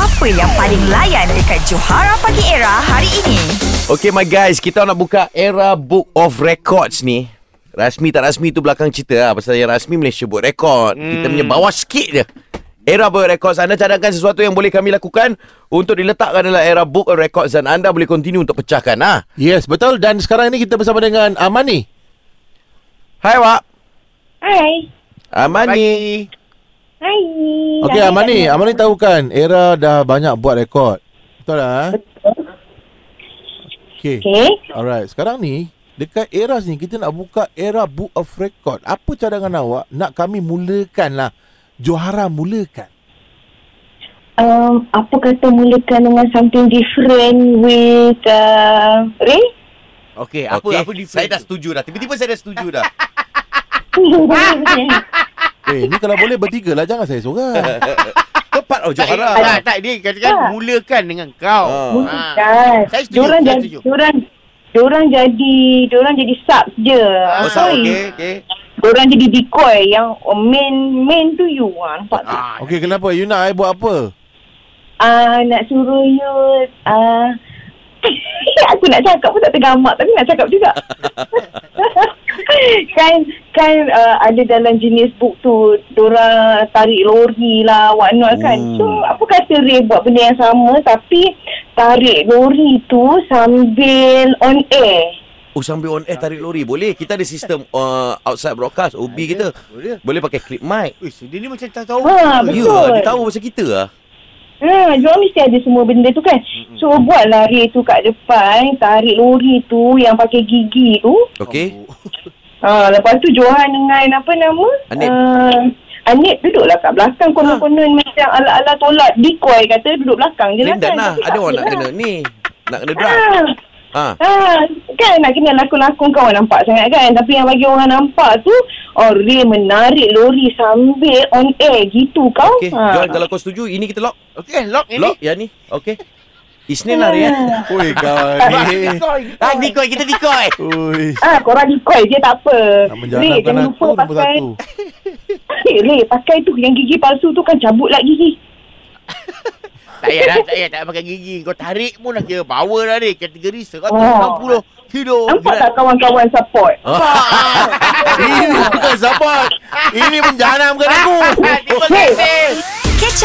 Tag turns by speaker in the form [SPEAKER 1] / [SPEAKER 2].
[SPEAKER 1] Apa yang paling layan dekat Johara Pagi Era hari ini?
[SPEAKER 2] Okay my guys, kita nak buka era Book of Records ni. Rasmi tak rasmi tu belakang cerita lah. Pasal yang rasmi Malaysia buat rekod. Hmm. Kita punya bawah sikit je. Era Book of Records. Anda cadangkan sesuatu yang boleh kami lakukan untuk diletakkan dalam era Book of Records dan anda boleh continue untuk pecahkan. Ha?
[SPEAKER 3] Yes, betul. Dan sekarang Ya, ini kita bersama dengan Amani.
[SPEAKER 2] Hai Wak.
[SPEAKER 4] Hai.
[SPEAKER 2] Amani.
[SPEAKER 4] Hai.
[SPEAKER 3] Okey, Amani. Amani tahu kan, Era dah banyak buat rekod. Betul lah. Okey.
[SPEAKER 4] Okey.
[SPEAKER 3] Alright, sekarang ni dekat era ni kita nak buka era book of record. Apa cadangan awak nak kami mulakan lah? Johara mulakan.
[SPEAKER 4] Um, apa kata mulakan dengan something different with uh, Ray?
[SPEAKER 5] Okey, apa
[SPEAKER 2] Okey,
[SPEAKER 5] okay. apa different?
[SPEAKER 2] Saya dah setuju dah. Tiba-tiba saya dah setuju dah.
[SPEAKER 5] Ah.
[SPEAKER 3] Eh, ni kalau boleh bertiga lah. Jangan saya seorang.
[SPEAKER 2] Kau part of
[SPEAKER 5] Johara.
[SPEAKER 2] Johara.
[SPEAKER 5] Tak, tak dia katakan
[SPEAKER 4] Tak.
[SPEAKER 5] mulakan dengan kau.
[SPEAKER 2] lah. Ah.
[SPEAKER 5] Ha.
[SPEAKER 4] Bukan.
[SPEAKER 5] Saya setuju,
[SPEAKER 4] Diorang
[SPEAKER 5] saya
[SPEAKER 4] jadi,
[SPEAKER 5] setuju.
[SPEAKER 4] diorang, diorang jadi, diorang jadi sub je.
[SPEAKER 2] Oh,
[SPEAKER 4] Ah,
[SPEAKER 2] sah,
[SPEAKER 4] sorry.
[SPEAKER 2] okay, okay.
[SPEAKER 4] Diorang jadi decoy yang oh, main, main tu you. Ah, nampak tu?
[SPEAKER 5] Ah,
[SPEAKER 3] Okey, kenapa? You nak I buat apa?
[SPEAKER 4] Ah, nak suruh you, ah, aku nak cakap pun tak tergamak tapi nak cakap juga. kan kan uh, ada dalam jenis book tu Dora tarik lori lah what not kan.
[SPEAKER 2] Hmm.
[SPEAKER 4] So apa kata Ray buat benda yang sama tapi tarik lori tu sambil on air.
[SPEAKER 2] Oh sambil on air tarik lori Boleh Kita ada sistem uh, Outside broadcast OB kita
[SPEAKER 5] Boleh.
[SPEAKER 2] Boleh pakai clip mic
[SPEAKER 5] Wih, dia ni macam tak tahu.
[SPEAKER 2] Ya
[SPEAKER 4] Ha, Betul.
[SPEAKER 2] Dia tahu pasal kita lah
[SPEAKER 4] Ha, diorang mesti ada semua benda tu kan. So buatlah Ray tu kat depan, tarik lori tu yang pakai gigi tu.
[SPEAKER 2] Okay
[SPEAKER 4] Ha, lepas tu Johan dengan apa nama?
[SPEAKER 2] Anip.
[SPEAKER 4] Uh, Anip duduklah kat belakang konon-konon macam ala-ala tolak decoy kata duduk belakang je
[SPEAKER 2] Ah.
[SPEAKER 4] lah
[SPEAKER 2] Lindan
[SPEAKER 4] kan.
[SPEAKER 2] lah
[SPEAKER 4] Tapi
[SPEAKER 2] Ada
[SPEAKER 4] tak
[SPEAKER 2] orang nak
[SPEAKER 4] boleh
[SPEAKER 2] kena
[SPEAKER 4] lah.
[SPEAKER 2] Ni Nak kena drag Ha
[SPEAKER 4] Ha, kan nak kena lakon-lakon kawan nampak sangat kan. Tapi yang bagi orang nampak tu, oh Ray menarik lori sambil on air gitu kau.
[SPEAKER 2] Okay
[SPEAKER 4] Ah.
[SPEAKER 2] John kalau kau setuju Ini kita lock
[SPEAKER 5] Okey, lock ini.
[SPEAKER 2] Lock yang ni Okay Isnin lah Ria
[SPEAKER 3] Oi, kau
[SPEAKER 5] Ah,
[SPEAKER 3] ni.
[SPEAKER 5] decoy,
[SPEAKER 2] Ah,
[SPEAKER 5] decoy.
[SPEAKER 2] decoy Kita decoy
[SPEAKER 3] Oi.
[SPEAKER 4] Ah, korang decoy je tak apa.
[SPEAKER 3] Nak
[SPEAKER 4] Ray,
[SPEAKER 3] menjawabkan
[SPEAKER 4] jangan
[SPEAKER 3] aku
[SPEAKER 4] lupa
[SPEAKER 3] nombor
[SPEAKER 4] pakai...
[SPEAKER 3] satu.
[SPEAKER 4] Eh, Ray, pakai tu yang gigi palsu tu kan cabut lah gigi.
[SPEAKER 5] Tak payah dah, tak payah. Tak payah pakai gigi. Kau tarik pun dah kira power dah ni. Kategori 160
[SPEAKER 4] Ah.
[SPEAKER 5] kilo.
[SPEAKER 2] Oh,
[SPEAKER 4] Nampak tak kawan-kawan support?
[SPEAKER 2] Ah.
[SPEAKER 3] Ini bukan support. Ini menjahanamkan aku.
[SPEAKER 5] Terima kasih.
[SPEAKER 1] Catch